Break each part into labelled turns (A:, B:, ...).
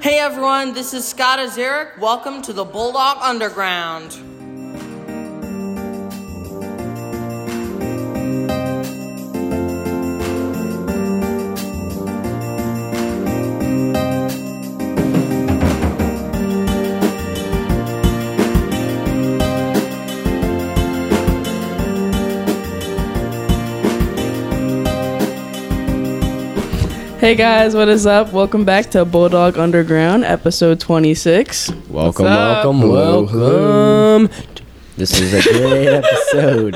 A: Hey everyone, this is Scott Azeric. Welcome to the Bulldog Underground.
B: Hey guys, what is up? Welcome back to Bulldog Underground, episode 26.
C: Welcome,
B: up?
C: welcome,
D: Hello,
C: welcome. This is a great episode.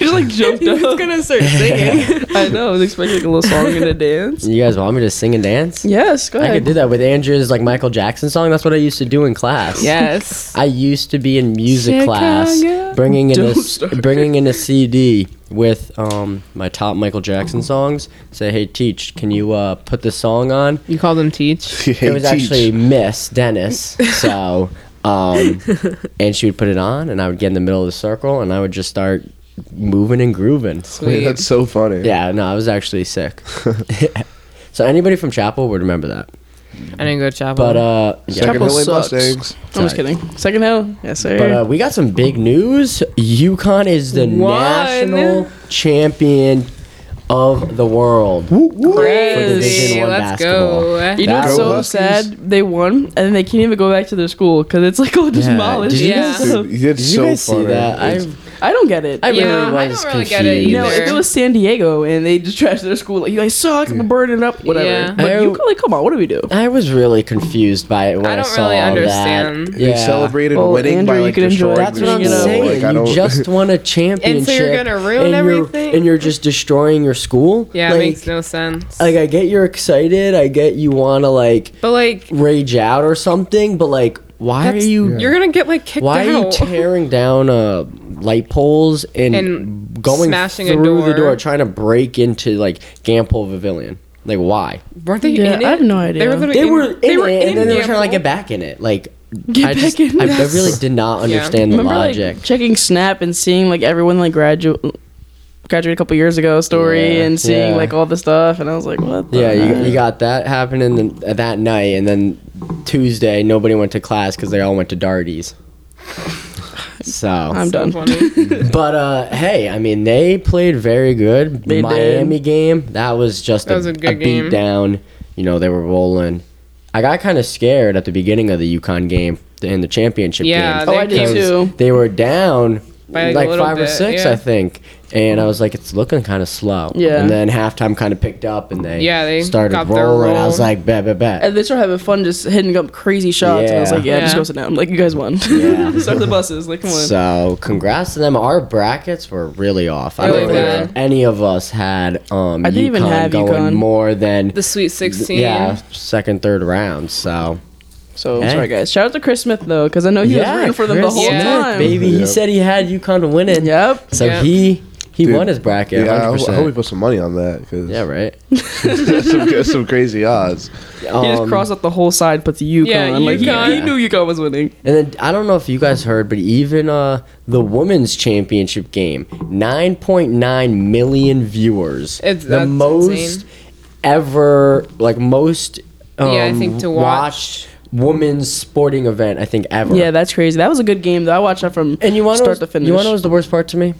B: You like jumped up. was gonna start singing. I know. I was expecting like, a little song and a dance.
C: You guys want me to sing and dance?
B: Yes, go
C: I
B: ahead.
C: could do that with Andrew's like Michael Jackson song. That's what I used to do in class.
E: Yes.
C: I used to be in music
B: Chicago.
C: class, bringing in a
B: Don't
C: s-
B: start.
C: bringing in a CD with um my top Michael Jackson songs. Say, hey, teach, can you uh put this song on?
E: You call them teach.
C: it was actually Miss Dennis. So, um, and she would put it on, and I would get in the middle of the circle, and I would just start moving and grooving.
D: Wait, that's so funny.
C: Yeah, no, I was actually sick. so anybody from Chapel would remember that.
E: I didn't go to chapel.
C: But uh, yeah.
D: Second
B: Oh. Chapel
D: Hill
B: sucks.
D: Mustangs.
B: I'm just kidding. Second Hill. Yes, sir.
C: but uh, we got some big news. UConn is the
E: One.
C: national champion of the world.
E: Crazy.
C: Division One
E: Let's
C: basketball.
E: go.
B: you know what's
C: That-
B: so
D: Go Huskies.
B: sad? They won, and then they can't even go back to their school because it's like all demolished.
C: Did you
E: Yeah.
C: guys,
D: Dude,
C: did
D: that's
C: you
D: so
C: guys see
D: funny.
C: that? I,
B: I don't get it.
C: I really
E: Yeah, I
C: was
E: don't really get
C: confused.
E: it
B: no,
E: either.
B: if it was San Diego and they just trashed their school, like you guys suck, I'm burning up, whatever.
E: Yeah.
B: But
C: I-
B: you like, come on, what do we do?
C: I was really confused by it when I,
E: I don't
C: saw
E: really
C: all
E: understand.
C: That.
D: They celebrated
B: Well,
D: winning
B: Andrew,
D: by
B: you
D: like
B: can enjoy
D: destroying
B: it.
C: That's what I'm
D: the school.
C: saying.
D: Like, I don't,
C: you just won a championship,
E: gonna ruin
C: and you're-
E: everything?
C: and you're just destroying your school.
E: yeah,
C: like,
E: it makes no sense.
C: like I get you're excited. I get you want to like
E: but like,
C: rage out or something, but like, why
E: That's-
C: are you?
E: you're gonna get like kicked
C: Why are you
E: out.
C: tearing down uh, light poles and,
E: And
C: going
E: smashing a
C: through the
E: door.
C: door, trying to break into like Gamble Pavilion? Like, why?
E: Weren't they
B: Yeah,
E: in it?
B: I have no idea.
E: They were, literally
C: They
E: in,
C: were in
E: They
C: it,
E: were in
C: and then they were trying to like get
E: Gamble.
C: back in it. Like,
B: Get
C: I
B: back
C: just,
B: in
C: I, I
B: it.
C: really did not understand the
B: remember
C: logic.
B: like checking Snap and seeing like everyone like graduate graduated a couple years ago story
C: Yeah,
B: and seeing
C: yeah.
B: like all the stuff and I was like what the
C: yeah, you, you got that happening the, that night, and then Tuesday nobody went to class because they all went to Darties. So
B: I'm
E: So
B: done
E: funny.
C: But uh, hey, I mean, they played very good.
B: They
C: Miami game, that was just
E: That
C: a,
E: was a good
C: a
E: game.
C: beat down. You know, they were rolling. I got kind of scared at the beginning of the Yukon game in the championship
E: Yeah,
C: game.
E: they
B: Oh, I did
E: came-
B: too.
C: They were down
E: By, like,
C: like
E: a little
C: five or
E: bit,
C: six,
E: yeah.
C: I think. And I was like, it's looking kind of slow.
B: Yeah.
C: And then halftime kind of picked up and they,
E: Yeah, they
C: started
E: got their
C: rolling. I
E: roll.
C: was like, bet, bet, bet.
B: and they started having fun just hitting up crazy shots and I was
C: Yeah.
B: like yeah, just
E: Yeah.
B: go sit down I'm like you guys won
C: Yeah.
B: start the buses like come on
C: So, congrats to them. Our brackets were really off. I
E: Really
C: don't
E: bad.
C: think any of us had um,
B: I didn't even
C: UConn
B: have
C: going
B: UConn.
C: more than
E: the Sweet Sixteen.
C: Yeah, second, third round. So
B: so
C: Hey.
B: sorry guys shout out to Chris Smith though because I know he was rooting for them the
C: Chris
B: whole
E: Smith,
B: time
C: baby. He
D: Yep.
C: said he had UConn to win it.
B: yep
C: So
E: Yep.
C: he he
D: Dude.
C: won his bracket.
D: yeah, I hope- I hope we
C: 100%.
D: put some money on that because
C: Yeah, right.
D: that's, some, that's some crazy odds.
B: he just
C: Um,
B: crossed up the whole side puts UConn
E: Yeah,
B: like he,
E: UConn.
B: he knew UConn was winning
C: and then I don't know if you guys heard, but even uh the women's championship game, nine point nine million viewers.
E: It's-
C: the
E: that's
C: most
E: insane.
C: ever, like most. Um,
E: Yeah, I think to watch-
C: watched women's sporting event. I think ever.
B: yeah that's crazy that was a good game though I watched that from
C: and you want
B: start to finish
C: You want to know what was the worst part to me?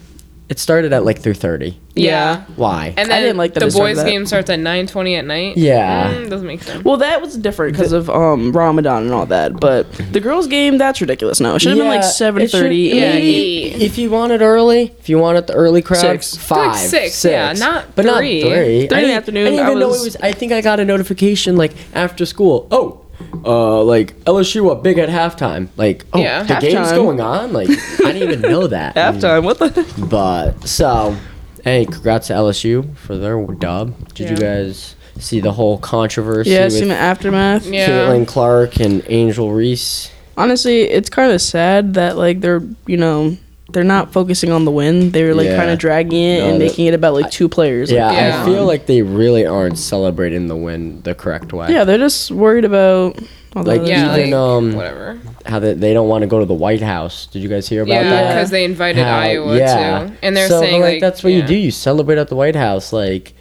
C: It started at like three thirty.
E: yeah.
C: Why?
E: And
B: I
E: then
B: didn't like that
E: the
B: they started
E: boys'
B: that.
E: game starts at nine twenty at night.
C: Yeah.
E: Mm, doesn't make sense.
B: Well, that was different because of um, Ramadan and all that. But the girls' game, that's ridiculous. No, it should have been like seven thirty.
C: it should-
E: yeah,
B: Yeah,
E: eight.
C: If you want it early, if you want it the early crowd,
B: Six.
C: five,
E: Like six, yeah, not
C: but
E: three.
C: not three.
B: Three
C: I
B: in the
C: didn't-
B: afternoon,
C: I didn't
B: I
C: even know
B: was-
C: it was. I think I got a notification like after school. Oh. Uh, like LSU up big at halftime. Like, oh,
E: Yeah.
C: the game's
B: Halftime.
C: going on. Like, I didn't even know that.
B: halftime. What the?
C: But so, hey, congrats to LSU for their dub. Did you
E: Yeah.
C: guys see the whole controversy
B: Yeah,
C: with
B: seen the aftermath.
E: Yeah.
C: Caitlin Clark and Angel Reese?
B: Honestly, it's kind of sad that like they're you know they're not focusing on the win. They were like
C: Yeah.
B: kind of dragging it
C: No,
B: and
C: that-
B: making it about like two players. Like,
C: Yeah,
E: Yeah.
C: I feel like they really aren't celebrating the win the correct way.
B: yeah, they're just worried about all the
C: Like,
B: other
E: yeah,
B: stuff.
C: even,
E: like,
C: um,
E: whatever.
C: how they, they don't want to go to the White House. Did you guys hear about
E: Yeah,
C: that?
E: because they invited
C: How-
E: Iowa too, and they're
C: So,
E: saying like,
C: that's what
E: yeah.
C: you do. You celebrate at the White House. Like,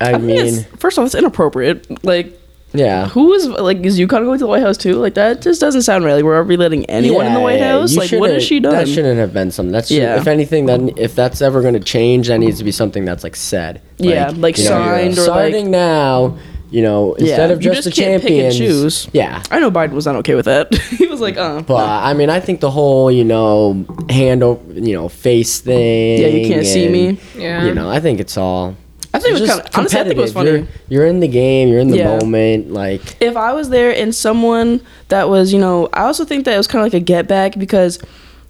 C: I,
B: I think
C: mean,
B: it's, first off, it's inappropriate. Like
C: Yeah.
B: Who is like is UConn going to the White House too? Like that just doesn't sound right. Like we're relating anyone in the
C: Yeah,
B: White
C: yeah,
B: House.
C: you
B: Like what
C: shouldn't-
B: has she done?
C: That shouldn't have been something. That's
B: Yeah.
C: if anything, then if that's ever going to change, that needs to be something that's like said.
B: Yeah, like
C: you know,
B: signed or, like-
C: starting now. You know, instead of
B: you
C: just,
B: just
C: the
B: can't pick and
C: champions,
B: choose.
C: yeah.
B: I know Biden was not okay with that. he was like, uh.
C: But I mean, I think the whole you know hand over you know face thing.
B: Yeah, you can't see me.
E: Yeah.
C: You know, I think it's all.
B: I think it was
C: just
B: kind of honestly. I think it was funny.
C: competitive. You're, you're in the game. You're in the
B: Yeah.
C: moment. Like
B: if I was there and someone that was, you know, I also think that it was kind of like a get back because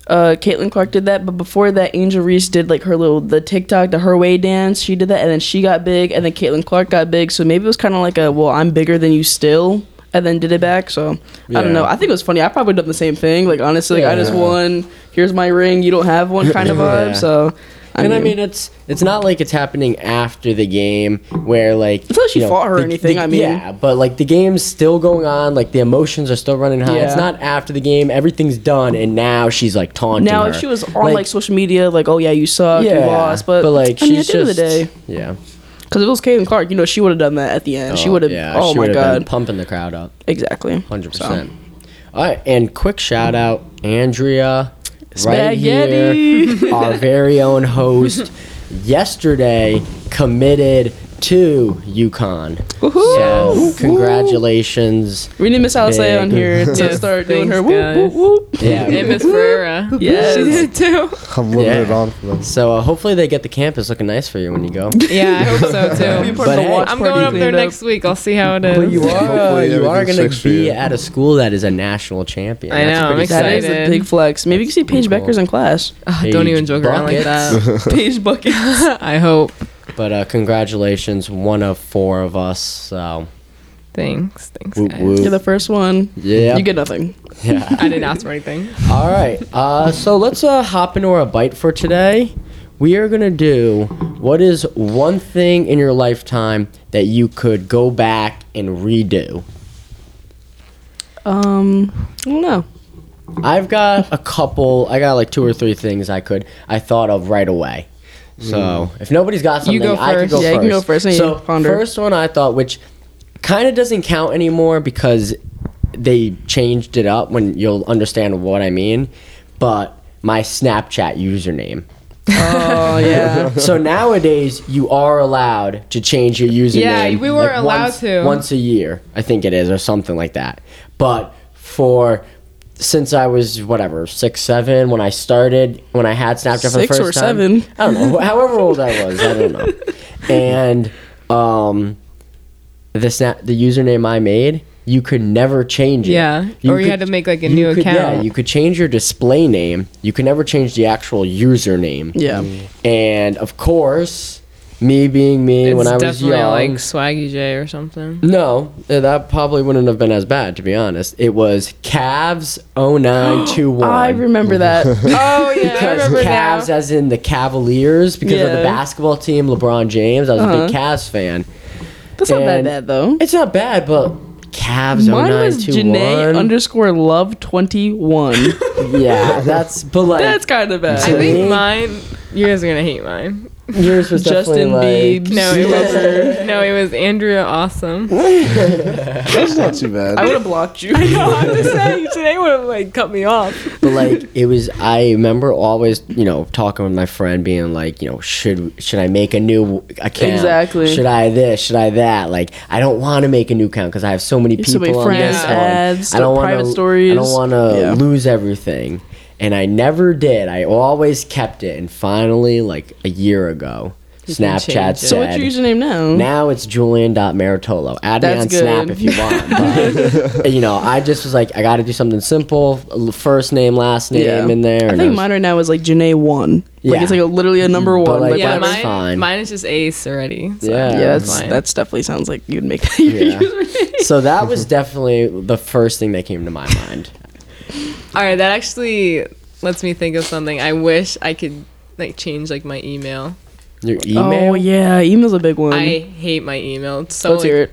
B: uh, Caitlin Clark did that, but before that, Angel Reese did like her little the TikTok, the her way dance. She did that, and then she got big, and then Caitlin Clark got big. So maybe it was kind of like a well, I'm bigger than you still, and then did it back. So I
C: Yeah.
B: don't know. I think it was funny. I probably would have done the same thing. Like honestly, like I just
C: Yeah.
B: won. Here's my ring. You don't have one kind of vibe.
C: Yeah.
B: So I
C: and
B: mean,
C: I mean, it's it's not like it's happening after the game where like
B: It's not like she fought her or
C: the-
B: anything,
C: the-
B: I mean-
C: yeah, but like the game's still going on. Like the emotions are still running high. It's
B: Yeah.
C: not after the game. Everything's done, and now she's like taunting.
B: now
C: her.
B: if she was on like, social media, like oh yeah, you suck, you lost, but,
C: like
B: I mean,
C: she's
B: at the end of
C: just
B: the day.
C: yeah.
B: Because if it was Caitlin Clark, you know, she would have done that at the end. she would have. oh
C: she
B: my
C: would've been
B: god.
C: pumping the crowd up,
B: exactly.
C: hundred percent. All right, and quick shout out Andrea, right
B: Spaghetti.
C: here, our very own host. Yesterday committed to UConn. So
B: Woohoo!
C: congratulations.
B: We need Miss Alisea on
C: Big.
B: here to
E: Yes,
B: start doing her whoop
E: thanks,
B: whoop whoop.
E: guys. And
C: Yeah.
E: Miss Ferreira.
B: Yes.
E: She did too.
D: I'm living
C: Yeah.
D: it on for them.
C: So uh, hopefully they get the campus looking nice for you when you go.
E: Yeah, I hope so too.
C: part of the watch
E: I'm going up there next week. I'll see how it is.
C: But you are uh,
D: Hopefully
C: you are
D: everything's
C: going
D: fixed
C: to
D: for
C: be
D: you.
C: at a school that is a national champion.
E: I know, I'm
C: pretty
B: That
E: excited.
B: is a big flex. Maybe you can see Paige
C: pretty
B: Beckers
C: cool.
B: in class.
E: Ah, don't even joke around like that.
B: Oh, Paige Bucket.
E: I hope.
C: But uh, congratulations, one of four of us. So
E: Thanks. Thanks,
C: Woo,
E: guys.
C: woo.
B: You're the first one.
C: Yeah.
B: You get nothing.
C: yeah.
E: I didn't ask for anything.
C: All right. Uh, so let's uh, hop into our bite for today. We are gonna do what is one thing in your lifetime that you could go back and redo.
B: Um, I don't know.
C: I've got a couple. I got like two or three things I could I thought of right away. So if nobody's got something,
E: You go
C: I could
E: first.
C: go
B: Yeah, Hmm. you can
C: first.
B: go first and you
C: so
B: ponder.
C: first one I thought, which kind of doesn't count anymore because they changed it up. When you'll understand what I mean, but my Snapchat username.
B: Oh yeah.
C: so nowadays you are allowed to change your username.
E: Yeah, we were allowed
C: once-
E: to.
C: once a year, I think it is, or something like that. But for since I was whatever six, seven when I started, when I had Snapchat for the
B: Six
C: first
B: or
C: time,
B: seven.
C: I don't know, however old I was, I don't know. And um, the snap, the username I made, you could never change it.
E: Yeah, or you had to make, like, a
C: you
E: new
C: could- Yeah,
E: account.
C: you could change your display name. You could never change the actual username.
B: Yeah.
C: And of course, me being me when I was
E: definitely
C: young.
E: like Swaggy J or something.
C: no, eh, that probably wouldn't have been as bad to be honest. It was Cavs 0921.
B: I remember that.
E: Oh yeah, I
C: Because
E: remember now.
C: Cavs, as in the Cavaliers, because of
B: Yeah. Uh-huh.
C: the basketball team, LeBron James. I was a big Cavs fan.
B: That's not that
C: And-
B: bad though.
C: It's not bad, but Cavs
B: Mine was Janae
C: 0921.
B: underscore love twenty one.
C: yeah, that's but like
B: That's kind of
E: I
B: bad.
E: think mine. You guys are gonna hate mine.
C: yours was
B: Justin
C: definitely
B: Biebs.
C: like,
E: No, it was no, it was Andrea Awesome.
D: That's not too
B: I
D: bad.
B: would have blocked you.
E: No, I'm just saying today would have like cut me off.
C: But like it was, I remember always, you know, talking with my friend, being like, you know, should should I make a new account?
B: Exactly.
C: Should I this? Should I that? Like, I don't want to make a new account because I have so many
B: have
C: people
B: so many
C: on
B: friends,
C: this
B: ads,
C: one. I don't want
B: private
C: to.
B: stories.
C: I don't want to
B: Yeah.
C: lose everything. And I never did. I always kept it. And finally, like a year ago,
E: can change
C: Snapchat said.
E: it.
B: So what's your username now?
E: Mm-hmm.
C: Now it's Julian.Maritolo. Add me
B: That's
C: on Snap
B: good.
C: if you want. But, you know, I just was like, I got to do something simple. l- First name, last name in there.
B: I
C: and
B: think
C: was-
B: mine right now is like Janae one. Like
C: Yeah.
B: it's like a, literally a number
C: But,
B: one.
C: like,
B: Like,
E: Yeah,
C: That's
B: whatever.
E: mine,
C: fine.
E: mine is just Ace already. So
C: Yeah.
B: yeah, that's
E: fine.
B: that's definitely sounds like you'd make that your
C: Yeah.
B: username.
C: So that was definitely the first thing that came to my mind.
E: all right. That actually lets me think of something. I wish I could like change like my email.
C: Your email?
B: Oh yeah, email's a big one.
E: I hate my email. It's so
B: Let's hear it.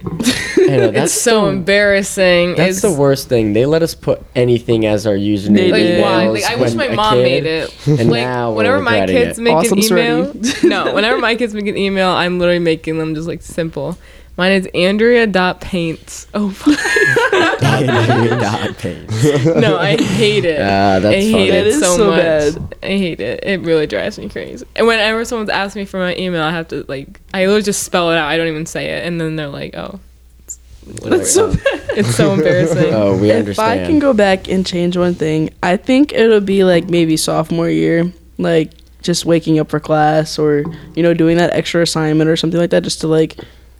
C: I know, that's
E: it's so
C: the,
E: embarrassing.
C: That's
E: it's
C: the worst thing. They let us put anything as our
B: They
C: username.
E: like
B: did.
C: emails
E: why? Like I wish
C: when
E: my
C: a
E: mom
C: kid,
E: made it.
C: And
E: like
C: now we're
E: whenever my
C: regretting
E: kids
C: it.
E: make
B: Awesome
E: an email,
B: sweaty.
E: no, whenever my kids make an email, I'm literally making them just like simple. Mine is Andrea dot paints. Oh my
C: Ah, Dot paints.
E: no, I hate it.
C: Ah, that's
E: I hate
C: funny.
E: it
B: That is
E: so,
B: so
E: much.
B: bad.
E: I hate it. It really drives me crazy. And whenever someone's asked me for my email, I have to like I literally just spell it out. I don't even say it, and then they're like, "Oh,
B: That's so bad.
E: it's so embarrassing."
C: Oh, we
B: If I
C: understand.
B: can go back and change one thing, I think it'll be like maybe sophomore year, like just waking up for class or you know doing that extra assignment or something like that, just to like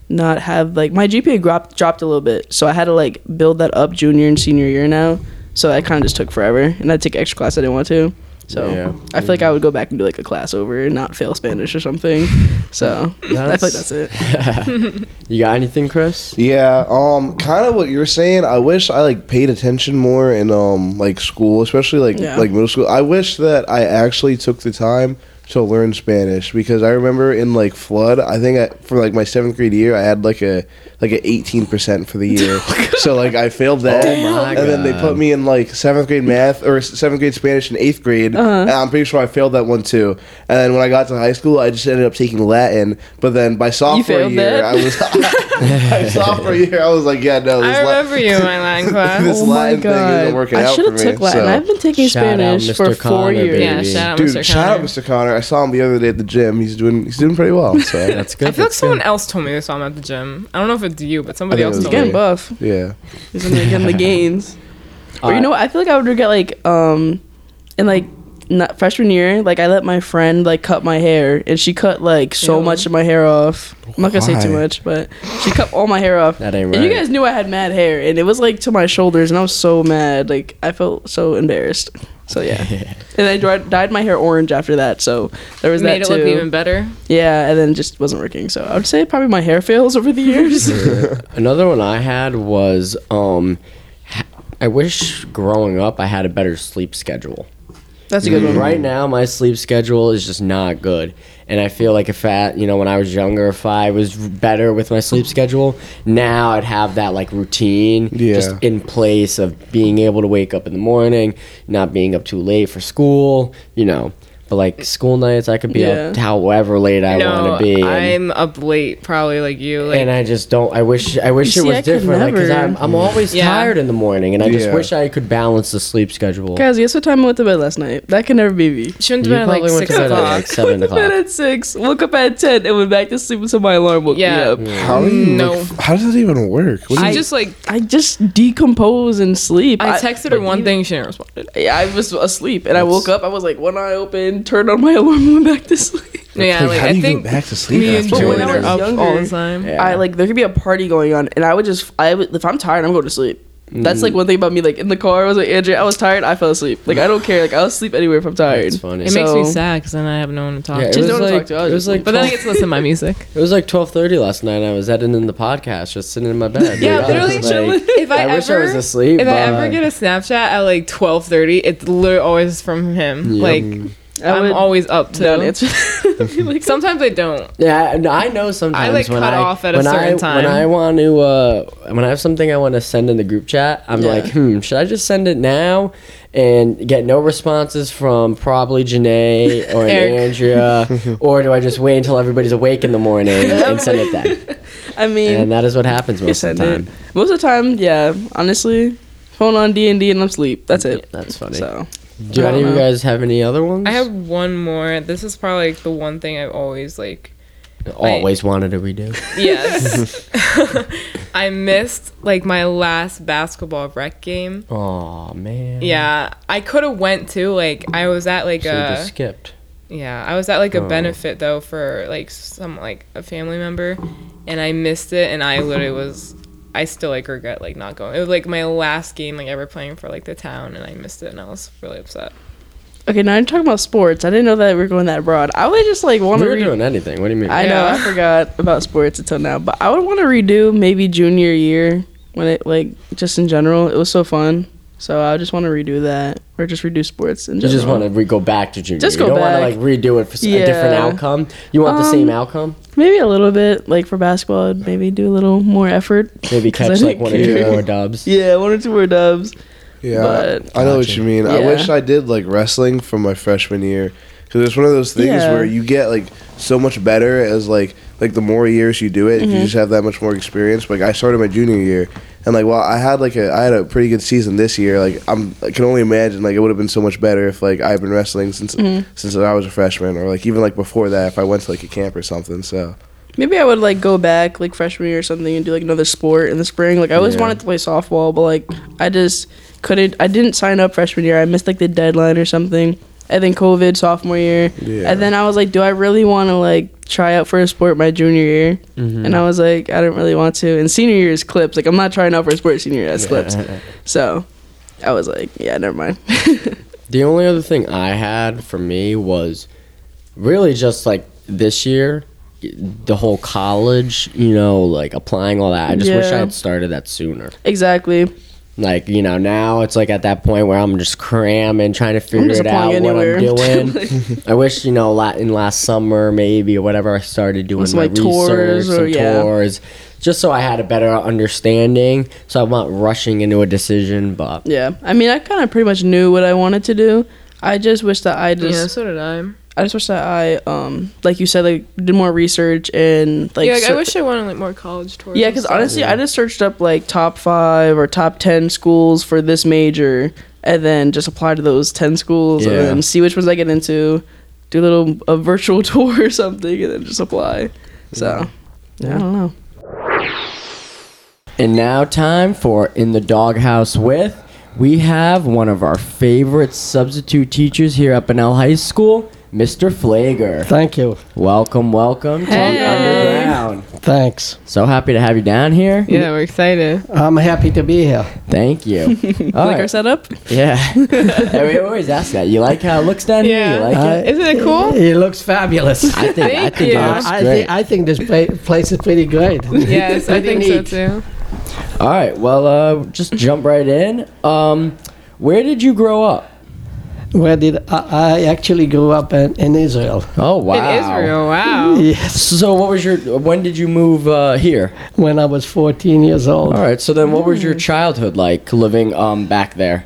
B: not have like my GPA dropped dropped a little bit, so I had to like build that up junior and senior year now. So that kind of just took forever, and I took extra class I didn't want to. So
C: Yeah.
B: I feel like I would go back and do like a class over and not fail Spanish or something. So I feel like
C: That's-
B: that's it.
C: you got anything, Chris?
D: Yeah, um, kind of what you're saying. I wish I like paid attention more in um like school, especially like
B: Yeah.
D: like middle school. I wish that I actually took the time to learn Spanish because I remember in like flood. I think I, for like my seventh grade year, I had like a like a eighteen percent for the year. Oh so like I failed that,
C: Oh my
D: and then they
C: God.
D: put me in like seventh grade math or seventh grade Spanish in eighth grade.
C: Uh-huh.
D: And I'm pretty sure I failed that one too. And then when I got to high school, I just ended up taking Latin. But then by sophomore
B: failed that?
D: year, I was. I sophomore year, I was like, yeah, no, this
E: I remember
D: Latin,
E: you in my line
D: this
E: class.
B: Oh my
D: Latin thing
B: God.
D: isn't working
B: I
D: out
B: should
D: for
B: have
D: me.
B: took Latin.
D: so-
B: I've been taking
C: Shout out,
B: Spanish
C: Mr.
B: for four
C: Connor,
B: years.
C: baby.
E: yeah, shout out,
D: Dude,
E: Mr.
D: shout out
E: Connor.
D: Mr. Connor. I saw him the other day at the gym. He's doing he's doing pretty well. So
C: That's good.
E: I feel like
C: that's
E: someone
C: good.
E: else told me this while I'm at the gym. I don't know if it's you, but somebody
D: I think
E: else
D: it
B: He's
E: told
D: was
E: me.
B: getting buff.
D: yeah,
B: He's gonna get in the gains.
C: All
B: or you
C: right.
B: know what? I feel like I would regret like um in like not freshman year, like I let my friend like cut my hair and she cut like so
E: Ew.
B: much of my hair off. I'm not gonna say too
D: Why?
B: much, but she cut all my hair off.
C: That ain't
B: And you
C: right.
B: guys knew I had mad hair and it was like to my shoulders and I was so mad. Like I felt so embarrassed. So yeah. and I dri- dyed my hair orange after that, so there was that
E: Made it
B: too.
E: look even better.
B: yeah, and then it just wasn't working. So I would say probably my hair fails over the years.
C: Another one I had was um, ha- I wish growing up I had a better sleep schedule.
B: That's a good
D: Mm.
B: one.
C: Right now, my sleep schedule is just not good, and I feel like if I, you know, when I was younger, if I was better with my sleep schedule, now I'd have that like routine just
D: Yeah.
C: in place of being able to wake up in the morning, not being up too late for school, you know. But like school nights, I could be up
B: Yeah.
C: however late I
E: No,
C: want to be. and-
E: I'm up late, probably like you. Like
C: and I just don't. I wish. I wish
B: You
C: it
B: see,
C: was
B: I could
C: different. Like, cause
B: never.
C: I'm, I'm always
E: Yeah.
C: tired in the morning, and I just
D: Yeah.
C: wish I could balance the sleep schedule.
B: Guys, guess what time I went to bed last night? That can never be me.
E: she went to
C: You
E: bed at like
C: probably went
E: six
C: to bed at,
E: o'clock.
C: like, seven
B: Went to bed
C: o'clock.
B: at six, woke up at ten, and went back to sleep until my alarm woke me
E: Yeah.
B: up.
C: Mm.
D: how do you
E: No.
D: like, how does that even work? What do
E: she
D: you-
E: just like
B: I just decompose and sleep.
E: I texted her one thing, she never responded.
B: I, I was asleep, and I woke up. I was like one eye open, turned on my alarm, and went back to sleep.
E: Yeah,
D: like,
E: like,
D: how
E: I
D: do you go
E: think
D: back to sleep
E: me and
D: after
B: But when
E: Jordan
B: I
E: are
B: was
E: up all the
B: younger-
E: time.
C: Yeah.
B: I like there could be a party going on, and I would just I would, if I'm tired, I'm going to sleep. That's
C: Mm.
B: like one thing about me. Like in the car, I was like Andrea, I was tired. I fell asleep. Like I don't care. Like I'll sleep anywhere if I'm tired.
C: It's funny.
E: It
B: So-
E: makes me sad because then I have no one to talk
C: Yeah, it
B: Just
E: to.
C: was
B: don't talk
C: like,
B: to us.
C: it was like
E: But then I
C: 12,
E: get to listen to my music.
C: it was like twelve thirty last night. and I was editing the podcast, just sitting in my bed.
E: Yeah,
C: Like, I
E: literally.
C: was like,
E: if I,
C: I
E: ever,
C: wish I was asleep,
E: if I ever
C: but-
E: get a Snapchat at like twelve thirty, it's literally always from him.
C: Yeah.
E: Like
B: I
E: I'm
B: would
E: always up
B: don't
E: to.
B: answer. like,
E: Sometimes I don't.
C: Yeah, I- no, I know sometimes
E: like,
C: when
E: cut
C: I
E: off at a
C: when
E: certain
C: I,
E: time.
C: when I want to uh, when I have something I want to send in the group chat, I'm
B: Yeah.
C: like, hmm, should I just send it now and get no responses from probably Janae or an
E: Eric.
C: Andrea, or do I just wait until everybody's awake in the morning and send it then?
B: I mean,
C: And that is what happens most of
B: Send
C: the time.
B: it. Most of the time, yeah. Honestly, phone on D and D and I'm asleep. That's it.
C: That's funny.
B: So
C: do
B: I
C: any of
B: don't
C: you
B: know.
C: guys have any other ones?
E: I have one more. This is probably like, the one thing I've always like.
C: always wanted to redo.
E: Yes, I missed like my last basketball rec game.
C: Oh man.
E: Yeah, I could have went to like I was at like
C: Should
E: a
C: have just skipped.
E: Yeah, I was at like a
C: Oh.
E: benefit though for like some like a family member, and I missed it, and I literally was. I still like regret like not going. It was like my last game like ever playing for like the town, and I missed it, and I was really upset.
B: okay, now you're talking about sports. I didn't know that we were going that broad. I would just like want
C: We
B: to.
C: were
B: Re-
C: doing anything. What do you mean?
B: I know I
E: Yeah.
B: forgot about sports until now, but I would want to redo maybe junior year when it like just in general. It was so fun, so I just want to redo that or just redo sports in
C: You
B: general.
C: just want to re- go back to junior.
B: Just
C: year.
B: go
C: you don't
B: back.
C: want to like redo it for s- a different
B: Yeah.
C: outcome. You want the same
B: Um,
C: outcome?
B: maybe a little bit like for basketball. I'd maybe do a little more effort.
C: Maybe
B: 'Cause I
C: catch like
B: didn't
C: one or two
B: care.
C: more dubs.
B: Yeah, one or two more dubs.
D: Yeah,
B: But-
D: I know what you mean. I
B: Yeah.
D: wish I did like wrestling from my freshman year because it's one of those things
B: Yeah.
D: where you get like so much better as like like the more years you do it,
B: Mm-hmm.
D: if you just have that much more experience. Like I started my junior year, and like while I had like a I had a pretty good season this year, like I'm I can only imagine like it would have been so much better if like I've been wrestling since
B: Mm-hmm.
D: since I was a freshman, or like even like before that if I went to like a camp or something. So
B: Maybe I would like go back like freshman year or something and do like another sport in the spring. Like I always
D: Yeah.
B: wanted to play softball, but like I just couldn't. I didn't sign up freshman year. I missed like the deadline or something. And then COVID sophomore year.
D: Yeah.
B: And then I was like, do I really want to like try out for a sport my junior year?
D: Mm-hmm.
B: And I was like, I don't really want to. And senior year is clips. Like I'm not trying out for a sport senior year. That's clips. So I was like, yeah, never mind.
C: The only other thing I had for me was really just like this year, the whole college, you know, like applying all that. I just wish I
B: Yeah.
C: had started that sooner.
B: exactly.
C: Like, you know, now it's like at that point where I'm just cramming, trying to figure
B: just
C: it out
B: applying
C: what
B: anywhere.
C: I'm doing. I wish, you know, la- in last summer maybe or whatever, I started doing
B: Some,
C: my
B: like, tours
C: research,
B: or-
C: some
B: yeah.
C: tours, just so I had a better understanding. So I'm not rushing into a decision, but
B: Yeah. I mean, I kind of pretty much knew what I wanted to do. I just wish that I just.
E: yeah, so did I.
B: I just wish that I, um, like you said, like did more research and like.
E: yeah, like, I
B: ser-
E: wish I went on like more college tours.
B: Yeah,
E: and
B: because
E: stuff.
B: honestly, I just searched up like top five or top ten schools for this major, and then just apply to those ten schools
C: Yeah.
B: and then see which ones I get into. Do a little a virtual tour or something, and then just apply. So, yeah, I don't know.
C: And now, time for In the Doghouse with. We have one of our favorite substitute teachers here at Benel High School, Mr. Flager.
F: Thank you.
C: Welcome, welcome to the Underground.
F: Thanks.
C: So happy to have you down here.
E: Yeah, we're excited.
F: I'm happy to be here.
C: Thank you. All
B: Like our
C: right.
B: setup,
C: Yeah. And we always ask that. You like how it looks down here? You like
F: I-
C: it?
E: Isn't it cool?
F: It looks fabulous.
C: I think, I
E: Thank
C: think
E: you.
C: it looks
F: I,
C: great.
F: think, I think this pla- place is pretty great.
E: yes, I think so
F: neat.
E: too.
C: All right. Well, uh, just jump right in. Um, where did you grow up?
F: Where did I, I actually grew up in, in Israel?
C: Oh, wow.
E: In Israel, wow.
F: Yes,
C: So what was your, when did you move uh, here?
F: when I was 14 years old.
C: All right. So then, what was your childhood like living um back there?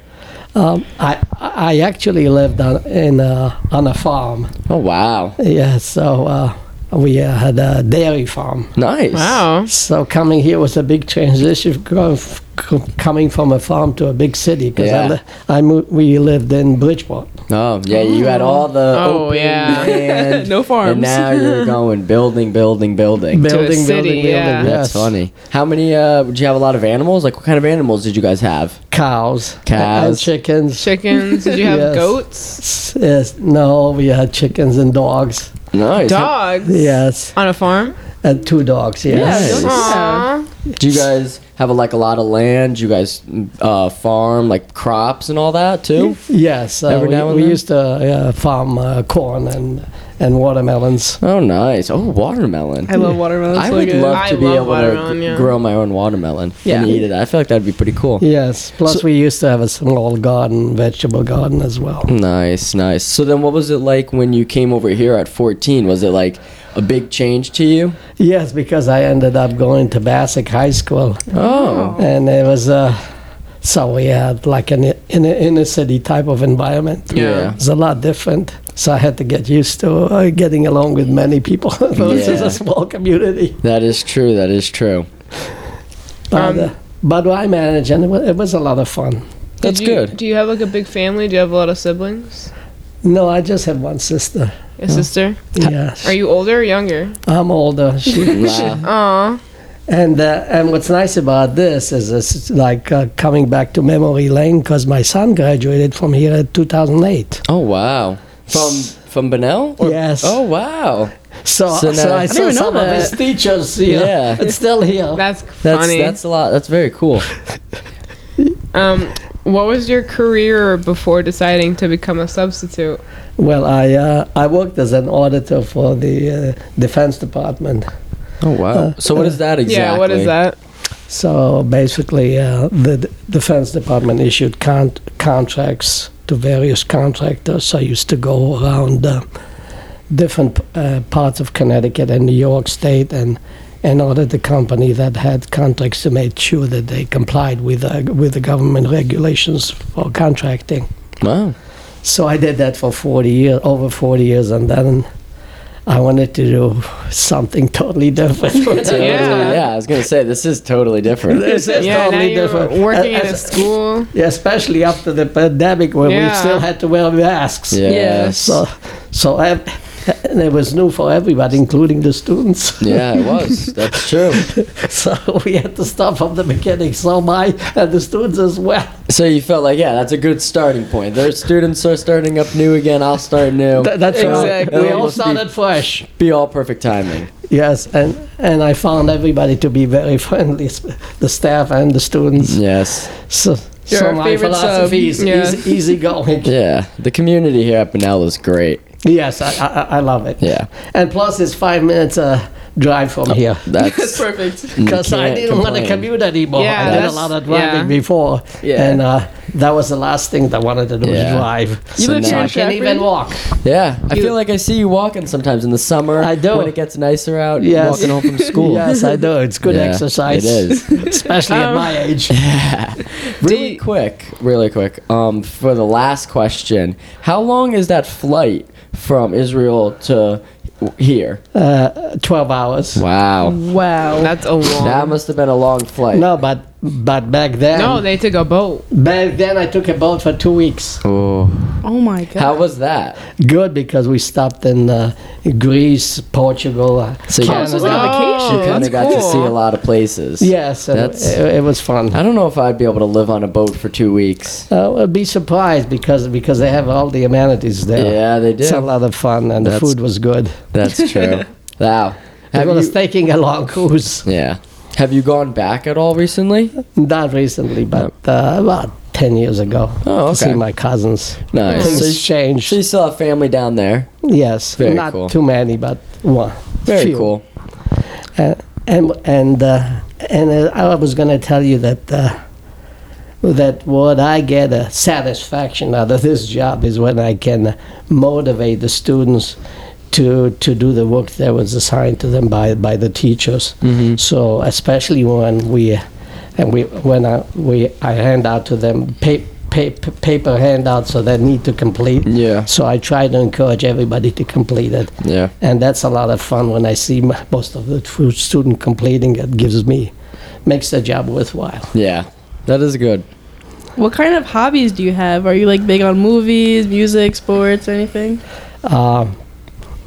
F: Um, I I actually lived on in uh, on a farm.
C: Oh wow,
F: Yeah, so uh, we uh, had a dairy farm.
C: nice.
E: Wow.
F: So coming here was a big transition, going f- c- coming from a farm to a big city. Because
C: Yeah.
F: I, li- I mo- we lived in Bridgeport.
C: Oh yeah, you had all the
E: Oh,
C: open
E: yeah.
C: land,
B: No farms.
C: and now you're going building, building, building.
F: Building,
E: city, yeah.
C: That's funny. How many? Uh, did you have a lot of animals? Like, what kind of animals did you guys have?
F: Cows, and
C: Cows.
F: chickens.
E: Chickens. Did you have
F: Yes.
E: goats?
F: Yes, no, we had chickens and dogs.
C: Nice. How-
E: Dogs.
F: Yes,
E: On a farm.
F: and two dogs. Yes.
C: Nice.
E: Aww.
C: Do you guys have a, like a lot of land? Do you guys uh, farm like crops and all that too?
F: Yes, uh,
C: Every
F: we,
C: now and
F: we
C: then?
F: used to uh, farm uh, corn and and watermelons.
C: Oh, nice. Oh, watermelon.
B: I love watermelon.
C: I would love
E: I
C: to be
E: love
C: able to
E: watermelon, yeah.
C: grow my own watermelon
F: Yeah.
C: and eat it. I feel like that'd be pretty cool.
F: Yes, plus we used to have a small garden, vegetable garden as well.
C: Nice, nice. So then, what was it like when you came over here at 14? Was it like a big change to you?
F: Yes, because I ended up going to Bassett High School,
C: Oh,
F: and it was uh, so we had like an in inner city type of environment.
C: Yeah.
F: it's a lot different. So I had to get used to uh, getting along with many people. this is
C: Yeah.
F: a small community,
C: that is true. That is true.
F: but,
E: Um,
F: uh, but I managed, and it was, it was a lot of fun.
C: That's
E: Did you-
C: good.
E: Do you have like a big family? Do you have a lot of siblings?
F: No, I just had one sister.
E: A sister?
F: Yeah,
E: Are you older or younger?
F: I'm older. She
C: Wow.
E: Aw.
F: And uh, and what's nice about this is it's like uh, coming back to memory lane because my son graduated from here in 2008.
C: Oh wow. From from Benel?
F: Yes.
C: Oh wow.
F: So
C: So
F: so,
C: now- I
F: I
C: didn't
F: saw
B: even know
F: some of his
B: that.
F: teachers here.
C: Yeah.
F: It's still here.
E: That's,
C: That's
E: funny.
C: that's a lot. That's very cool.
E: um, what was your career before deciding to become a substitute?
F: well, I uh, I worked as an auditor for the uh, defense department.
C: Oh wow. So what is that exactly?
E: Yeah, what is that?
F: So basically, uh, the d- defense department issued con- contracts to various contractors. I used to go around uh, different uh, parts of Connecticut and New York State and and audit the company that had contracts to make sure that they complied with uh, with the government regulations for contracting.
C: Wow.
F: So I did that for 40 years, over 40 years, and then I wanted to do something totally different.
C: So,
E: Yeah.
C: yeah, I was gonna say this is totally different.
F: This is
E: yeah,
F: totally
E: now
F: different.
E: you're working in
F: As-
E: a school.
F: Yeah, especially after the pandemic where we
E: Yeah.
F: still had to wear masks.
C: Yes.
F: So, so I, and it was new for everybody, including the students.
C: Yeah, it was. That's true.
F: So we had to start from the beginning. So my and the students as well.
C: So you felt like, yeah, that's a good starting point. Their students are starting up new again. I'll start new.
F: That- that's all.
C: Exactly.
F: We all
C: Must be-
F: started fresh.
C: Be all perfect timing.
F: Yes, and and I found everybody to be very friendly, s- the staff and the students.
C: Yes.
F: So,
E: You're
F: so
E: our
F: my
E: favorite
F: philosophy
E: sub,
F: is
E: yeah.
F: easy, easy going.
C: Yeah. The community here at Benel is great.
F: Yes, I, I I love it.
C: Yeah.
F: And plus, it's five minutes uh, drive from here.
C: That's
E: perfect.
C: you
F: because I
C: can't
F: didn't want to
C: complain.
F: commute anymore.
E: Yeah,
F: I did a
E: that's-
F: lot of driving
E: yeah.
F: before,
C: Yeah.
F: and uh, that was the last thing that I wanted to do
C: Yeah.
F: was drive.
E: You
C: So
E: live
C: now I
E: here
C: can't
E: in
F: Can't
E: Stratford?
F: even walk.
C: Yeah, I
E: You-
C: feel like I see you walking sometimes in the summer.
F: I do.
C: When it gets nicer out, you're
F: Yes.
C: walking home from school.
F: Yes, I do. It's good
C: Yeah,
F: exercise.
C: It is.
F: especially at
E: Um,
F: my age.
C: really quick, really quick. Um, for the last question, how long is that flight from Israel to here?
F: Uh, Twelve hours.
C: Wow,
B: Wow.
E: That's a long.
C: that must have been a long flight.
F: No, but but back then,
E: no, they took a boat.
F: back then I took a boat for two weeks.
C: Oh.
B: Oh my god.
C: How was that?
F: Good because we stopped in uh, Greece, Portugal. Uh,
C: So you,
B: Oh, so it's like
E: Wow.
B: a vacation.
E: Oh,
C: kind
E: that's
C: of got to see
E: cool.
C: a lot of places.
F: yes, and
C: That's-
F: it, it was fun.
C: I don't know if I'd be able to live on a boat for two weeks.
F: I would be surprised because because they have all the amenities there.
C: Yeah, they do.
F: It's a lot of fun, and
C: That's-
F: the food was good.
C: That's true. wow.
F: It
C: Have
F: was
C: you-
F: taking a long cruise,
C: yeah. Have you gone back at all recently?
F: not recently, but uh, about ten years ago.
C: Oh,
F: to see
C: okay.
F: my cousins.
C: Nice.
F: Things
C: So you-
F: changed.
C: So you still have family down there.
F: yes,
C: Very
F: not
C: cool.
F: too many, but one.
C: Very
F: few.
C: cool.
F: Uh, and and uh, and uh, I was going to tell you that uh, that what I get a satisfaction out of this job is when I can motivate the students to to do the work that was assigned to them by by the teachers. So especially when we and we when I we I hand out to them pa- pa- paper handouts so they need to complete.
C: Yeah.
F: So I try to encourage everybody to complete it
C: Yeah.
F: and that's a lot of fun when I see m- most of the tru- student completing. It gives me, makes the job worthwhile.
C: Yeah. That is good.
B: What kind of hobbies do you have? Are you like big on movies, music, sports, anything?
F: Um,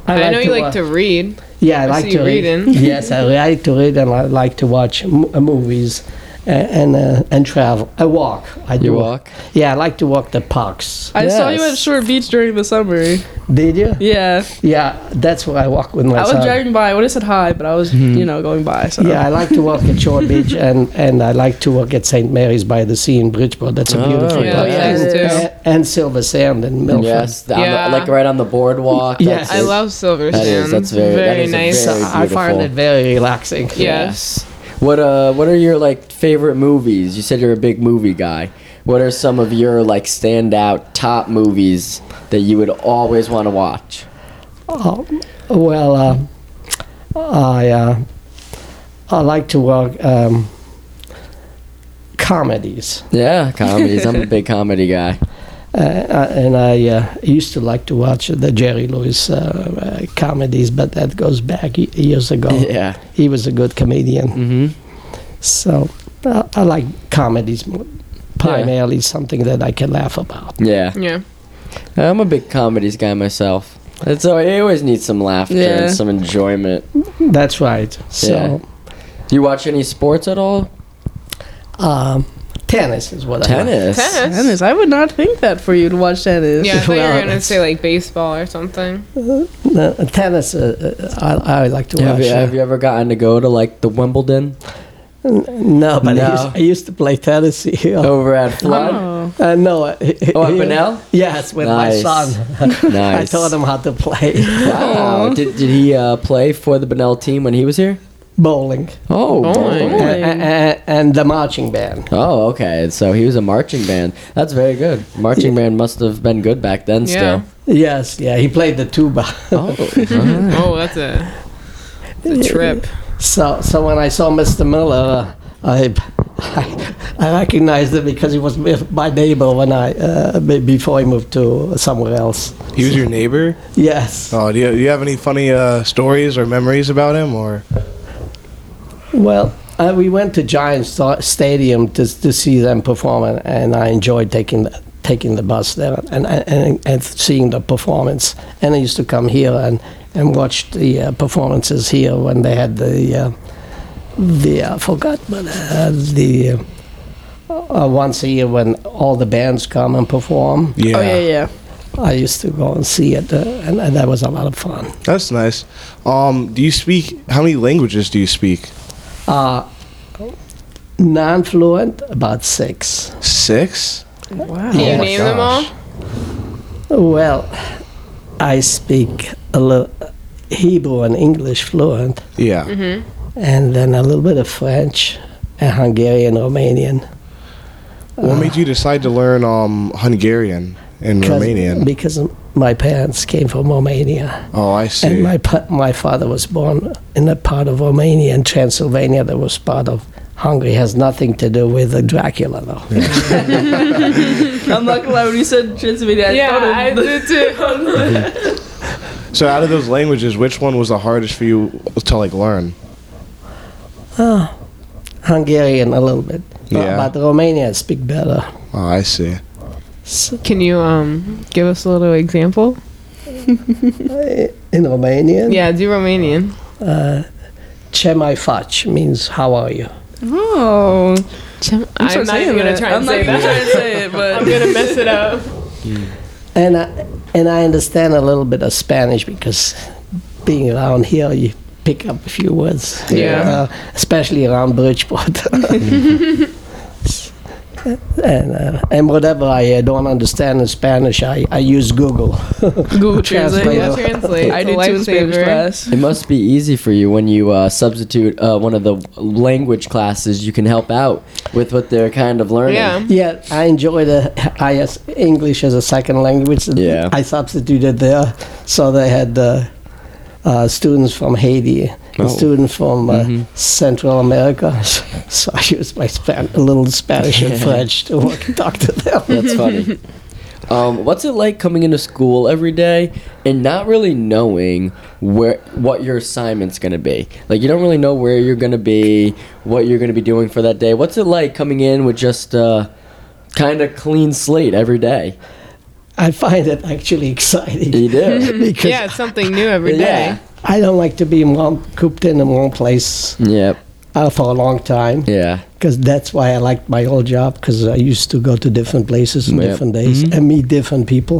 E: I, know you
F: wa-
E: like to read.
F: Yeah, I,
E: I
F: like
E: see
F: to
E: you
F: read.
E: reading.
F: yes, I like to read, and I like to watch m- uh, movies. a- And uh, and travel. I walk. I do
C: You walk.
F: Yeah, I like to walk the parks.
B: I saw you
C: Yes.
B: at Short Beach during the summer.
F: Did you?
B: Yeah.
F: Yeah, that's where I walk with my
B: I was
F: son.
B: driving by. I would have said hi, but I was, you know, going by. So.
F: Yeah, I like to walk at Shore Beach, and, and I like to walk at St. Mary's by the Sea in Bridgeport. That's a
C: Oh,
F: beautiful
C: yeah.
E: Yeah,
F: place.
E: yeah, it is.
F: A- And Silver Sand in Milford.
C: Yes. on the-
E: Yeah.
C: like right on the boardwalk.
F: Yes.
E: I
C: it.
E: love Silver
C: That is-
E: Sand.
C: that's very- that is a
E: nice.
C: very-
F: So I find
C: beautiful.
F: it very relaxing.
E: yes.
C: What uh what are your like favorite movies? You said you're a big movie guy. What are some of your like standout top movies that you would always want to watch?
F: Oh, well, uh, I uh, I like to work um, comedies,
C: Yeah, comedies. I'm a big comedy guy.
F: uh, uh, and I uh, used to like to watch the Jerry Lewis uh, uh, comedies, but that goes back y- years ago.
C: Oh. Yeah.
F: He was a good comedian,
C: Mhm.
F: so uh, I like comedies mo- primarily, something that I can laugh about.
C: Yeah.
E: Yeah.
C: I'm a big comedies guy myself. It's al- you always need some laughter
B: Yeah.
C: and some enjoyment.
F: That's right. So
C: Do you watch any sports at all?
F: um, tennis is what I like.
C: Tennis.
E: Tennis.
B: Tennis. I would not think that for you to watch tennis.
E: Yeah, I thought you
F: Well,
E: were gonna
F: it's-
E: say like baseball or something.
F: No, tennis, uh, uh, I, I like to
C: Have
F: watch.
C: you,
F: uh,
C: have you ever gotten to go to like the Wimbledon
F: n- no, but
C: No.
F: I, used, I used to play tennis here.
C: over at Flood?
B: Oh.
F: Uh, no, uh,
C: Oh, at
F: here.
C: Benel?
F: Yes, with
C: Nice.
F: my son. I
C: Nice.
F: taught him how to play
C: Wow. Did, did he uh, play for the Benel team when he was here?
F: bowling
C: Oh,
E: Bowling.
C: bowling.
F: and, and, and the marching band.
C: Oh, okay. So he was a marching band. That's very good. Marching band must have been good back then
E: Yeah.
F: Yes, yeah, he played the tuba.
C: still. Oh,
E: Oh, that's a, that's a trip.
F: so, so when I saw Mr. Miller, I I, I recognized it because he was with my neighbor when I uh, be- before I moved to somewhere else.
D: He was your neighbor.
F: Yes.
D: Oh, do you, do you have any funny uh, stories or memories about him? Or
B: Oh,
F: Well, uh, we went to Giants Sta- Stadium to, to see them perform, and, and I enjoyed taking the, taking the bus there and, and, and, and seeing the performance. And I used to come here and, and watch the uh, performances here when they had the uh, the I forgot, but uh, the uh, once a year when all the bands come and perform.
D: yeah,
B: Oh yeah, yeah.
F: I used to go and see it, uh, and, and that was a lot of fun.
D: that's nice. Um, do you speak? How many languages do you speak?
F: Uh, non fluent, about six.
D: Six.
B: Wow.
E: Can you
F: Yeah. Oh my
E: name them all?
D: gosh.
F: Well, I speak a little Hebrew and English fluent,
D: Yeah.
F: Mm-hmm. and then a little bit of French and Hungarian, Romanian.
D: What made you decide to learn um, Hungarian and
F: 'cause-
D: Romanian?
F: Because my parents came from Romania,
D: Oh, I
F: and
D: see.
F: my pa- my father was born in a part of Romania and Transylvania that was part of Hungary. Has nothing to do with the Dracula, though.
B: I'm not gonna lie. When you said Transylvania, I
E: Yeah,
B: thought of
E: I
B: the-
E: did too.
D: so, out of those languages, which one was the hardest for you to like learn?
F: Ah, Hungarian a little bit.
D: Yeah.
F: But Romanian I speak better.
D: Oh, I see.
E: Can you um give us a little example?
F: In Romanian,
E: Yeah, do Romanian.
F: ce mai faci means how are you?
B: I'm,
E: Oh, I'm,
B: sorry,
E: not
B: saying
E: even gonna
B: it.
E: try and
B: I'm
E: say
B: not even
E: that.
B: trying to say it,
E: I'm
B: but
E: gonna mess it up.
F: And I, and I understand a little bit of Spanish because being around here, you pick up a few words.
E: Yeah.
F: Uh, especially around Bridgeport. and, uh, and whatever I uh, don't understand in Spanish, I, I use Google.
B: Google
F: Translate.
B: Translate.
E: Google Translate.
B: I
E: It's
B: did
E: a
B: too in Spanish
E: lifesaver.
B: class.
C: It must be easy for you when you uh, substitute uh, one of the language classes. You can help out with what they're kind of learning.
E: Yeah.
F: Yeah, I enjoy the IS English as a second language.
C: Yeah.
F: I substituted there, so they had uh, uh, students from Haiti,
C: Oh.
F: and students from uh,
C: Mm-hmm.
F: Central America. So I used my span- a little Spanish and French to work, talk to them.
C: That's funny. Um, what's it like coming into school every day and not really knowing where what your assignment's gonna be? Like you don't really know where you're gonna be, what you're gonna be doing for that day. What's it like coming in with just uh, kind of clean slate every day?
F: I find it actually exciting.
C: You do.
F: Because
E: Yeah, it's something new every
C: yeah.
E: day.
F: I don't like to be in one, cooped in in one place
C: Yep.
F: uh, for a long time.
C: Yeah.
F: because that's why I liked my old job because I used to go to different places and
C: Yep.
F: different days
C: Mm-hmm.
F: and meet different people,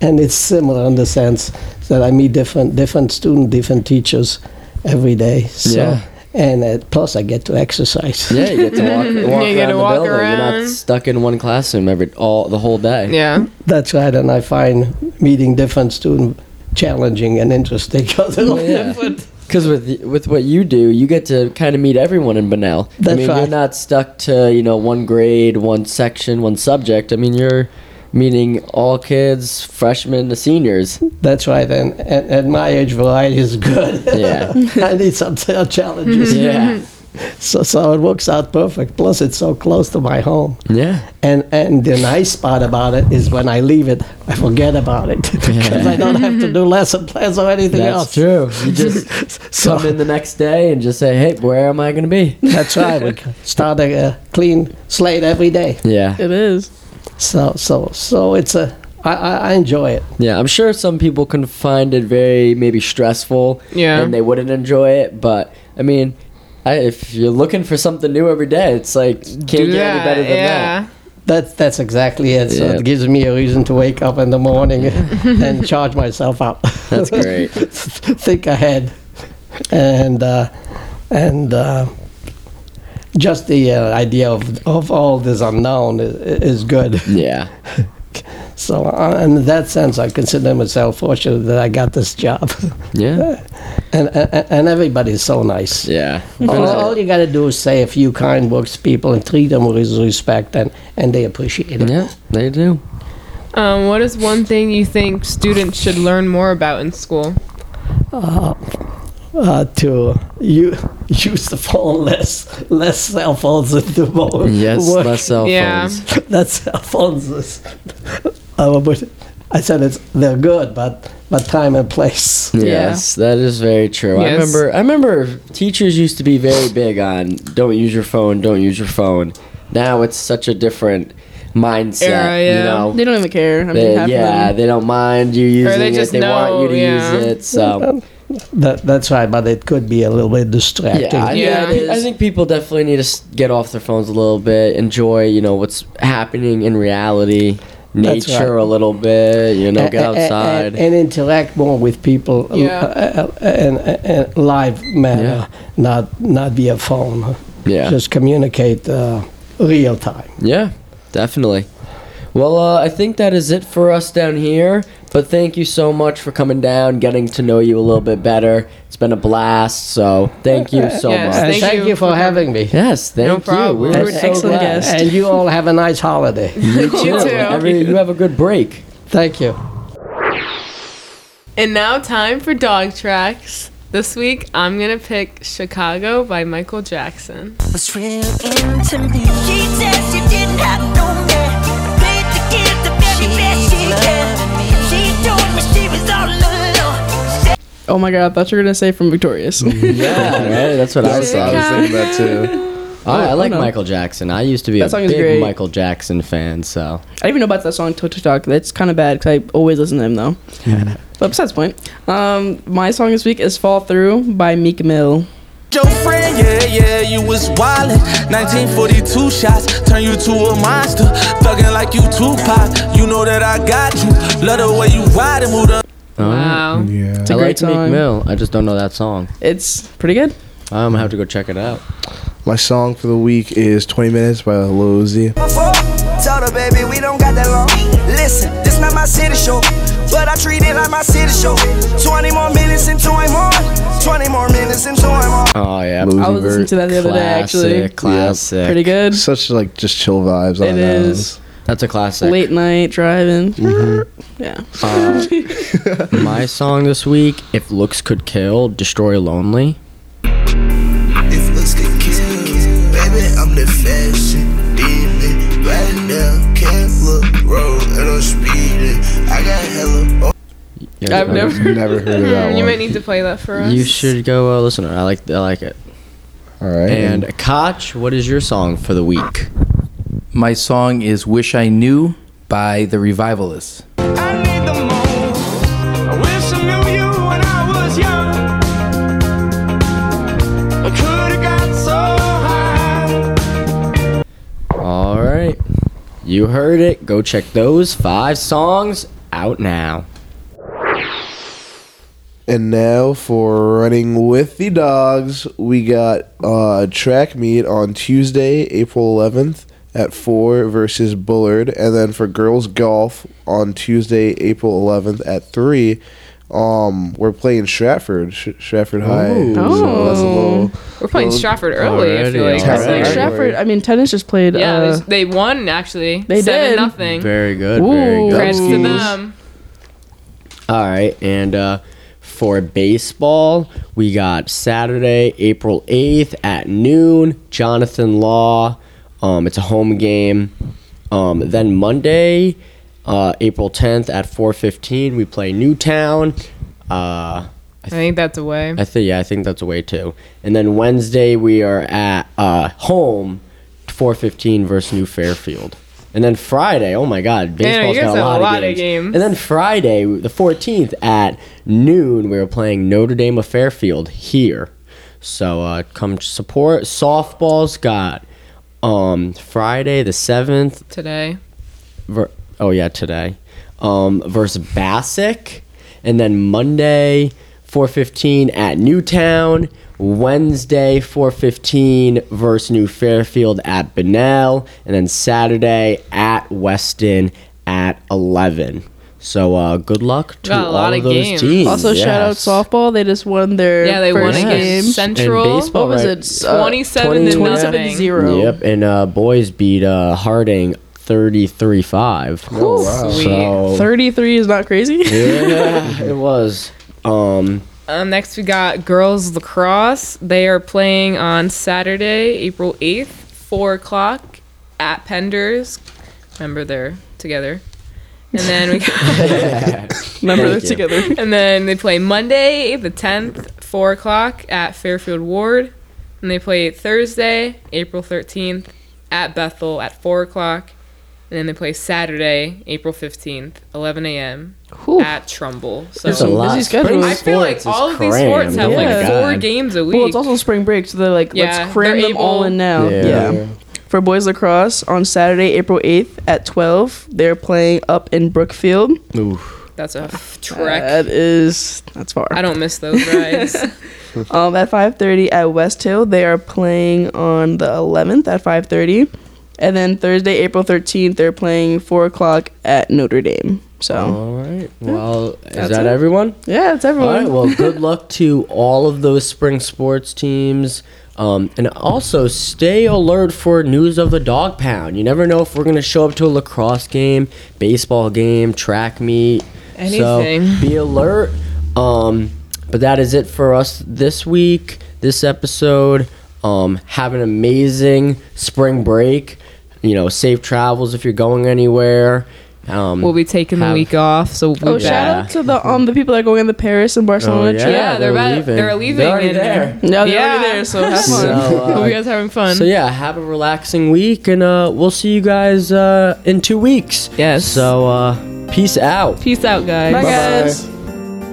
F: and it's similar in the sense that I meet different different student, different teachers every day. So,
C: Yeah.
F: And uh, plus, I get to exercise.
C: Yeah, you get to walk, walk
E: You
C: around
E: get to
C: the
E: walk
C: building. You're
E: around.
C: not stuck in one classroom every all the whole day.
E: Yeah.
F: That's right. And I find meeting different students challenging and interesting. 'cause they're all different.
C: Because with with what you do, you get to kind of meet everyone in Benel. I mean,
F: That's
C: you're
F: right.
C: not stuck to you know one grade, one section, one subject. I mean, you're meeting all kids, freshmen to seniors.
F: That's right. And, and at my age, variety is good.
C: Yeah.
F: I need some challenges.
C: yeah,
F: So, so it works out perfect. Plus, it's so close to my home.
C: yeah.
F: And and the nice part about it is when I leave it, I forget about it because I don't have to do lesson plans or anything else.
C: That's true. You just
F: So
C: come in the next day and just say, "Hey, where am I going to be?"
F: that's right. We can start a uh, clean slate every day.
C: Yeah,
B: It is.
F: So so so it's a I, I, I enjoy it.
C: yeah. I'm sure some people can find it very maybe stressful.
E: Yeah.
C: and they wouldn't enjoy it. But I mean, I, if you're looking for something new every day, it's like can't
E: Do
C: get any
E: that,
C: better than that.
E: yeah.
F: That that's exactly it. So
C: Yeah.
F: it gives me a reason to wake up in the morning and charge myself up.
C: That's great.
F: Think ahead, and uh, and uh, just the uh, idea of of all this unknown is, is good.
C: Yeah.
F: So uh, in that sense, I consider myself fortunate that I got this job,
C: Yeah.
F: and and, and everybody's so nice.
C: Yeah.
F: All, all you got to do is say a few kind words to people and treat them with respect, and, and they appreciate it.
C: Yeah, they do.
E: Um, what is one thing you think students should learn more about in school?
F: uh, to you use the phone less, less cell phones and do more
C: Yes,
F: work.
C: less cell
E: Yeah.
C: phones.
F: That's cell phones. is- Uh, but I said it's they're good, but but time and place.
C: Yes, that is very true. I
E: Yes.
C: remember I remember teachers used to be very big on don't use your phone, don't use your phone. Now it's such a different mindset,
E: Era,
C: you
E: yeah.
C: know.
B: They don't even care. I mean,
C: They-
B: half
C: yeah,
B: of them.
C: they don't mind you using
E: they
C: it.
E: just
C: they want
E: know,
C: you to
E: yeah.
C: use it. So
F: That, that's right, but it could be a little bit distracting.
C: yeah, I,
E: Yeah.
C: think- I think people definitely need to s- get off their phones a little bit, enjoy, you know, what's happening in reality,
F: That's
C: nature
F: right. Eh,
C: a little bit, you know, get
F: A- a- a-
C: outside.
F: and, interact more with people l-
E: Yeah.
F: uh, uh, and, and live manner, not not via phone.
C: Yeah.
F: Just communicate uh, real time.
C: Yeah, definitely. Well, uh, I think that is it for us down here. But thank you so much for coming down, getting to know you a little bit better. It's been a blast. So thank you so
E: Yes,
C: much.
F: And
E: Thank
F: thank
E: you
F: you, for having me.
C: Yes, thank
E: No
C: you.
E: problem.
C: We were
B: That's
C: so
B: excellent
C: glad.
B: guest.
F: And you all have a nice holiday.
C: You too.
E: You too.
C: Every- you have a good break.
F: Thank you.
E: And now time for dog tracks. This week I'm gonna pick Chicago by Michael Jackson.
G: was real into me. She said she didn't have no man. Paid to give the very best she can. She told me she was all alone.
B: Oh my god, I thought you were gonna say from Victorious.
F: Mm-hmm.
C: Yeah, right. That's what I was
D: That's what I
C: saying.
D: was thinking that too.
C: I, I like
B: no.
C: Michael Jackson. I used to be
B: That
C: a
B: song is
C: big
B: great.
C: Michael Jackson fan. So
B: I didn't even know about that song until TikTok. That's kind of bad because I always listen to him though. but besides the point, um, my song this week is "Fall Through" by Meek Mill.
H: Your friend, yeah, yeah, you was wildin'. 1942 shots turn you to a monster. Thuggin' like you Tupac, you know that I got you. Love the way you ride and move the
C: Oh,
E: Wow.
D: Yeah.
C: I
B: great
C: like Meek
B: song.
C: Mill. I just don't know that song.
B: It's pretty good.
C: I'm gonna have to go check it out.
D: My song for the week is 20 Minutes by Lil Uzi.
I: Told her, baby, we don't got that long. Listen, this not my city show, but I treat it like my city show. 20 more minutes until I'm on. 20 more minutes until I'm on.
C: Oh yeah,
D: Losing
B: I was listening
D: Vert.
B: to that the other day actually.
C: Classic, classic.
B: Pretty good.
D: Such like just chill vibes.
B: It is
C: That's a classic.
B: late night driving.
C: Mm-hmm.
B: Yeah.
C: My song this week, if looks could kill, destroy lonely.
J: If looks could kill, baby, I'm the fashion demon. Right now, can't look, road, and I'm speeding. I got hella.
C: You
B: I've
C: guys-
B: never-
D: Never heard of that
E: Mm, You
D: one.
E: might need to play that for us.
C: You should go uh, listen. to it. I like I like it.
D: All right.
B: Mm-hmm.
C: And Koch, what is your song for the week?
K: My song is Wish I Knew by The Revivalists.
H: I need the most. I wish I knew you when I was young. I could've got so high.
C: All right, you heard it. Go check those five songs out now.
D: And now for running with the dogs, we got uh, track meet on Tuesday, April 11th at 4 versus Bullard. And then for girls golf on Tuesday, April 11th at 3. Um, we're playing Stratford, Sh- Stratford High. So that's a little.
E: We're playing
D: Well,
E: Stratford early. I feel
C: already,
D: alright.
E: like. Like,
D: Alright.
E: Stratford-
B: Stratford. I mean, tennis just played.
E: Yeah,
B: uh,
E: they, they won actually.
B: They
E: Seven
B: did.
E: Nothing.
C: Very good. Very
B: Ooh.
C: good.
E: Congrats to
D: Ooh.
E: them.
C: All right, and uh, for baseball, we got Saturday, April eighth at noon. Jonathan Law. Um, it's a home game. Um, then Monday, uh, April tenth at four fifteen, we play Newtown. Uh,
E: I think that's a way.
C: I think yeah, I think that's a way too. And then Wednesday we are at uh, home, four fifteen versus New Fairfield. And then Friday, oh my God, baseball's
E: you guys
C: got a
E: have
C: lot, of, games.
E: games.
C: And then Friday, the fourteenth at noon, we were playing Notre Dame of Fairfield here. So uh, come support. Softball's got um, Friday the seventh
E: Today.
C: ver- oh yeah today um versus Bassick and then Monday 415 at Newtown Wednesday 415 versus New Fairfield at Benell and then Saturday at Weston at 11 so uh good luck to
E: Got a
C: all
E: lot
C: of,
E: of
C: those
E: games.
C: teams
B: also, shout out softball. They just won their
E: Yeah, they won
B: first
C: Yes.
E: against
B: game.
C: And
E: Central.
C: baseball,
B: What was
C: right?
B: it? Uh,
E: 27 to
B: 27
E: nothing.
B: zero.
C: Yep, and uh, boys beat uh, Harding 33-5.
E: Sweet.
C: So,
B: Thirty-three is not crazy.
C: yeah, it was. Um,
E: Um, next, we got girls lacrosse. They are playing on Saturday, April eighth, four o'clock at Penders. Remember, they're together. And then we got.
B: Remember, they're together.
E: and then they play Monday, the tenth, four o'clock at Fairfield Ward. And they play Thursday, April thirteenth, at Bethel at four o'clock. And then they play Saturday, April fifteenth, eleven a.m. at Trumbull. So
C: There's a lot.
B: busy schedule.
C: Spring
E: I feel
C: sports
E: like
C: is
E: all of these
C: crammed.
E: sports have
C: Oh my
E: like four
C: God.
E: games a week.
B: Well, it's also spring break, so they're like,
E: Yeah,
B: let's cram
E: they're
B: them all
E: able-
B: in now.
C: Yeah.
B: yeah. For boys lacrosse on Saturday, April 8th at 12, they're playing up in Brookfield.
E: That's a f- trek.
B: That is that's far.
E: I don't miss those rides.
B: Um, at 5:30 at West Hill, they are playing on the 11th at 5:30, and then Thursday, April 13th, they're playing 4 o'clock at Notre Dame. So
C: All right. Well, is
B: That's
C: that
B: it.
C: everyone?
B: yeah, it's
C: Oh. All
B: everyone.
E: Hmm.
C: right. Well, good luck to all of those spring sports teams. Um, and also stay alert for news of the dog pound. You never know if we're going to show up to a lacrosse game, baseball game, track meet.
E: Anything.
C: So be alert. Um, but that is it for us this week, this episode. Um, have an amazing spring break. You know, safe travels if you're going anywhere. Um,
E: we'll be taking the
C: Have-
E: week off, so we'll
B: oh,
E: be
B: shout
E: back.
B: out to the um the people that are going to Paris and Barcelona
C: Oh, yeah.
B: trip.
E: Yeah, they're
C: they're
E: about-
C: leaving.
E: They're leaving.
C: They're already
E: and-
C: there.
B: No, they're
E: Yeah.
B: already there, so have
C: So,
B: fun.
C: uh,
E: Hope you guys are having fun.
C: So yeah, have a relaxing week, and uh, we'll see you guys uh, in two weeks.
E: Yes.
C: So uh, peace out.
E: Peace out, guys.
B: Bye, guys.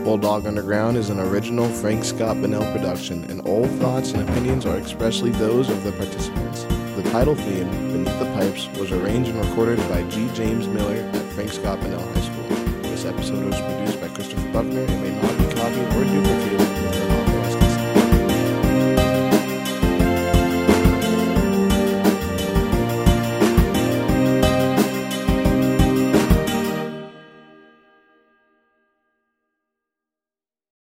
D: Bulldog Underground is an original Frank Scott Bonnell production, and all thoughts and opinions are expressly those of the participants. The title theme, Beneath the Pipes, was arranged and recorded by G. James Miller at Frank Scott Bonnell High School. This episode was produced by Christopher Buckner and may not be copied or duplicated